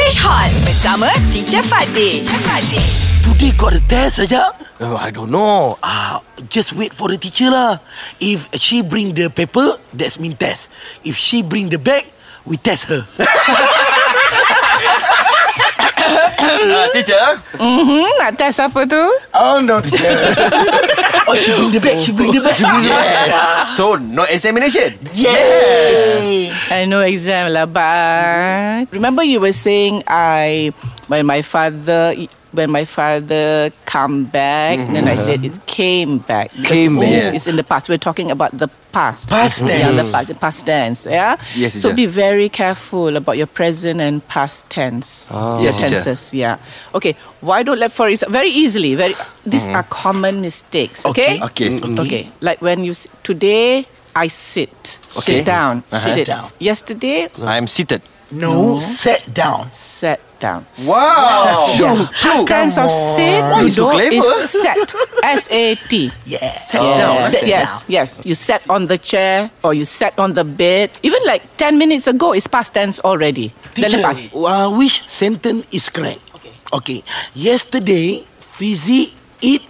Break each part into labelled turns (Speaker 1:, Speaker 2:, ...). Speaker 1: Fresh Hot bersama Teacher Fatih. Teacher Fatih.
Speaker 2: Today got a test saja. Oh, I don't know. Ah, just wait for the teacher lah. If she bring the paper, that's mean test. If she bring the bag, we test her.
Speaker 3: Uh, teacher,
Speaker 4: Hmm, nak test apa tu?
Speaker 2: Oh no, teacher. oh, she bring the bag. She bring the bag. She bring the bag.
Speaker 3: so no examination.
Speaker 2: Yes.
Speaker 4: I know exam lah, but remember you were saying I when my father when my father come back, then I said it came back. Because
Speaker 2: Came
Speaker 4: it's in-
Speaker 3: back.
Speaker 4: It's in the past. We're talking about the past.
Speaker 2: Past
Speaker 4: Yeah, the
Speaker 2: tense.
Speaker 4: past, past tense. Yeah.
Speaker 3: Yes,
Speaker 4: So
Speaker 3: teacher.
Speaker 4: be very careful about your present and past tense. Oh. Your
Speaker 3: Yes, teacher.
Speaker 4: tenses. Yeah. Okay. Why don't let for is very easily. Very. These are common mistakes. Okay.
Speaker 2: Okay. Mm-hmm.
Speaker 3: Okay.
Speaker 4: Okay. Like when you s- today I sit.
Speaker 3: Okay.
Speaker 4: Sit down.
Speaker 3: Uh-huh.
Speaker 4: Sit
Speaker 2: Sit down.
Speaker 4: Yesterday
Speaker 3: I'm seated.
Speaker 2: No, set down.
Speaker 4: sat down.
Speaker 2: Oh.
Speaker 3: Wow.
Speaker 2: Show,
Speaker 4: Past tense of sit
Speaker 3: Oh, you so
Speaker 4: though,
Speaker 3: clever.
Speaker 4: is sat. S A T.
Speaker 2: Yeah. Set
Speaker 3: down.
Speaker 2: Set
Speaker 4: yes,
Speaker 2: down.
Speaker 4: yes. You sat on the chair or you sat on the bed. Even like 10 minutes ago, it's past tense already. Dah
Speaker 2: Teacher,
Speaker 4: lepas.
Speaker 2: uh, which sentence is correct? Okay. okay. Yesterday, Fizi eat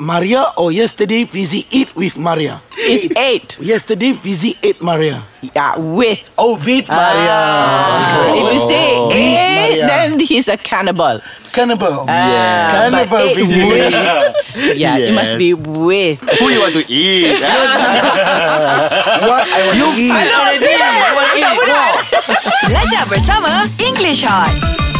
Speaker 2: Maria or yesterday Fizi eat with Maria?
Speaker 4: It's 8.
Speaker 2: Yesterday Fizi ate Maria.
Speaker 4: Yeah, with. uh,
Speaker 2: Oh, with Maria.
Speaker 4: Ah. If you say
Speaker 2: Oh.
Speaker 4: eight,
Speaker 2: Maria.
Speaker 4: then he's a cannibal.
Speaker 2: Cannibal.
Speaker 4: Ah,
Speaker 2: Cannibal
Speaker 4: but eh, eight
Speaker 2: Fizi.
Speaker 4: with. Yeah, it must be with.
Speaker 3: Who you want to eat? ah?
Speaker 2: What I want
Speaker 4: 哎
Speaker 2: to eat.
Speaker 4: already.
Speaker 1: Belajar bersama English Hot.